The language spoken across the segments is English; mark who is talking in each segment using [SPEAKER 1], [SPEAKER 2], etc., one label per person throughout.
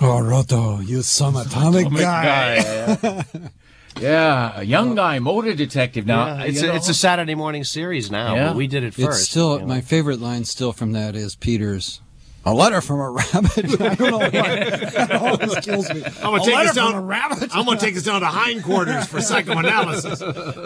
[SPEAKER 1] Oh, Roto, you some atomic,
[SPEAKER 2] Atomic
[SPEAKER 1] guy.
[SPEAKER 2] guy, Yeah, a young guy, motor detective. Now
[SPEAKER 3] Yeah,
[SPEAKER 2] you
[SPEAKER 3] it's a,
[SPEAKER 2] know-
[SPEAKER 3] it's a Saturday morning series now,
[SPEAKER 2] Yeah.
[SPEAKER 3] but we did it first.
[SPEAKER 1] It's still
[SPEAKER 3] you know.
[SPEAKER 1] my favorite line. Still from that is Peter's. A letter from a rabbit. I don't know why. That always kills me.
[SPEAKER 4] I'm gonna
[SPEAKER 1] a
[SPEAKER 4] take
[SPEAKER 1] letter
[SPEAKER 4] us down.
[SPEAKER 1] from a rabbit.
[SPEAKER 4] I'm gonna take us down to hindquarters for psychoanalysis.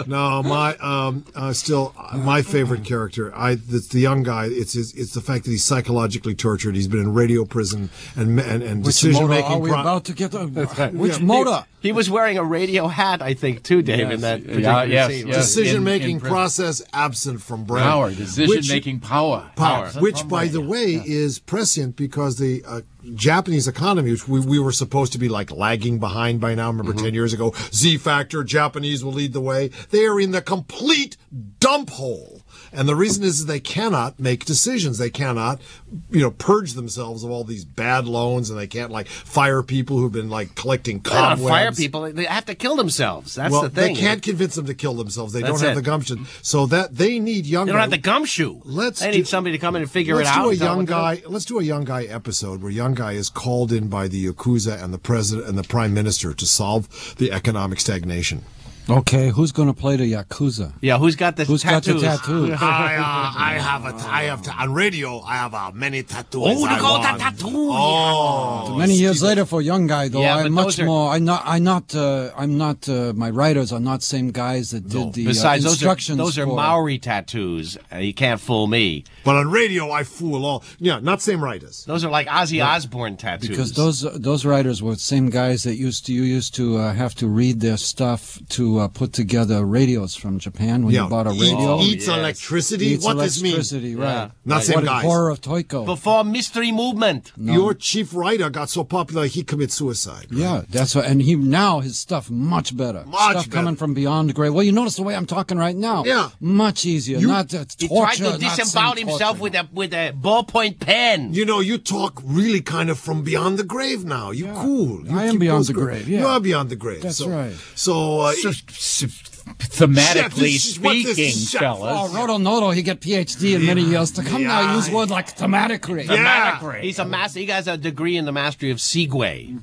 [SPEAKER 4] No, my um, uh, still uh, my favorite character. I it's the young guy. It's his, it's the fact that he's psychologically tortured. He's been in radio prison and and, and
[SPEAKER 1] Which
[SPEAKER 4] decision
[SPEAKER 1] motor are
[SPEAKER 4] making.
[SPEAKER 1] we
[SPEAKER 4] Pro-
[SPEAKER 1] about to get? on? Which motor?
[SPEAKER 3] He was wearing a radio hat, I think, too, Dave, in that
[SPEAKER 2] Yes,
[SPEAKER 3] particular
[SPEAKER 2] yeah, yes,
[SPEAKER 3] scene.
[SPEAKER 2] yes.
[SPEAKER 4] decision
[SPEAKER 2] In- in
[SPEAKER 4] making
[SPEAKER 2] prison.
[SPEAKER 4] process absent from Brad.
[SPEAKER 2] power,
[SPEAKER 4] Which-
[SPEAKER 2] decision making power.
[SPEAKER 4] power, which, by the way, is prescient because the uh, Japanese economy, which we, we were supposed to be like lagging behind by now.
[SPEAKER 3] Mm-hmm.
[SPEAKER 4] Remember, ten years ago, Z factor, Japanese will lead the way. They are in the complete dump hole, and the reason is that they cannot make decisions. They cannot, you know, purge themselves of all these bad loans, and they can't like fire people who've been like collecting
[SPEAKER 3] They don't
[SPEAKER 4] cobwebs.
[SPEAKER 3] fire people. They have to kill themselves. That's
[SPEAKER 4] well,
[SPEAKER 3] the thing.
[SPEAKER 4] they can't convince them to kill themselves. They
[SPEAKER 3] That's
[SPEAKER 4] don't have
[SPEAKER 3] it.
[SPEAKER 4] the gumption. So that they need young.
[SPEAKER 3] They don't have
[SPEAKER 4] guy-
[SPEAKER 3] the gumshoe.
[SPEAKER 4] Let's
[SPEAKER 3] they
[SPEAKER 4] do-
[SPEAKER 3] need somebody to come in and figure
[SPEAKER 4] let's
[SPEAKER 3] it out.
[SPEAKER 4] do a
[SPEAKER 3] and tell
[SPEAKER 4] young
[SPEAKER 3] them what
[SPEAKER 4] guy. Let's do a young guy episode where young guy is called in by the yakuza and the president and the prime minister to solve the economic stagnation.
[SPEAKER 1] Okay, who's going to play the yakuza?
[SPEAKER 3] to- Yeah, who's got the
[SPEAKER 1] Who's
[SPEAKER 3] tattoos?
[SPEAKER 1] got the tattoo?
[SPEAKER 4] I, uh, I have a, I have ta- on radio. I have uh, many tattoos.
[SPEAKER 3] Oh, look
[SPEAKER 4] I
[SPEAKER 3] at all
[SPEAKER 4] want.
[SPEAKER 3] that tattoo.
[SPEAKER 4] Oh,
[SPEAKER 1] Many years later, for young guy though,
[SPEAKER 3] Yeah, but
[SPEAKER 1] I'm much
[SPEAKER 3] those are-
[SPEAKER 1] more. I'm not. I'm not. Uh, I'm not. Uh, my writers are not same guys that did the
[SPEAKER 3] Besides,
[SPEAKER 1] uh,
[SPEAKER 3] those are,
[SPEAKER 1] instructions.
[SPEAKER 3] those are
[SPEAKER 1] for-
[SPEAKER 3] Maori tattoos. Uh, you can't fool me.
[SPEAKER 4] but on radio I fool all. Yeah, not same writers.
[SPEAKER 3] Those are like Ozzy Osbourne tattoos.
[SPEAKER 1] because those those writers were the same guys that used to you used to uh, have to read their stuff to uh, put together radios from Japan when you bought a
[SPEAKER 4] eat-
[SPEAKER 1] radio. Oh,
[SPEAKER 4] eats
[SPEAKER 3] yes.
[SPEAKER 4] electricity.
[SPEAKER 1] Eats
[SPEAKER 4] what does this mean?
[SPEAKER 1] electricity, right?
[SPEAKER 4] Not same
[SPEAKER 1] what
[SPEAKER 4] guys.
[SPEAKER 1] a horror of Toiko.
[SPEAKER 3] before mystery movement.
[SPEAKER 4] Your chief writer got so popular he commits suicide.
[SPEAKER 1] yeah, that's what. And he now his stuff much better.
[SPEAKER 4] Much
[SPEAKER 1] stuff coming
[SPEAKER 4] better.
[SPEAKER 1] from beyond grey. Well, you notice the way I'm talking right now.
[SPEAKER 4] Yeah.
[SPEAKER 1] much easier. not uh,
[SPEAKER 3] He
[SPEAKER 1] torture.
[SPEAKER 3] tried to
[SPEAKER 1] not same
[SPEAKER 3] disembowel himself
[SPEAKER 1] torture.
[SPEAKER 3] with a with a ballpoint pen.
[SPEAKER 4] You know, you talk really kind of from beyond the grave now. You cool. You
[SPEAKER 1] I am
[SPEAKER 4] keep
[SPEAKER 1] beyond
[SPEAKER 4] those
[SPEAKER 1] the
[SPEAKER 4] gr-
[SPEAKER 1] grave, yeah.
[SPEAKER 4] You are beyond the grave.
[SPEAKER 1] That's
[SPEAKER 4] so,
[SPEAKER 1] right.
[SPEAKER 4] So, uh,
[SPEAKER 2] So-
[SPEAKER 4] it-
[SPEAKER 2] s- s- thematically
[SPEAKER 4] Shit, this is what this
[SPEAKER 2] speaking,
[SPEAKER 4] is. Shut
[SPEAKER 1] Oh,
[SPEAKER 2] fellas.
[SPEAKER 1] Roto Noto, he get PhD in many years to come now.
[SPEAKER 4] Yeah.
[SPEAKER 1] Use word like thematically.
[SPEAKER 4] yeah.
[SPEAKER 2] thematically.
[SPEAKER 3] He's a master. He has a degree in the mastery of Segway.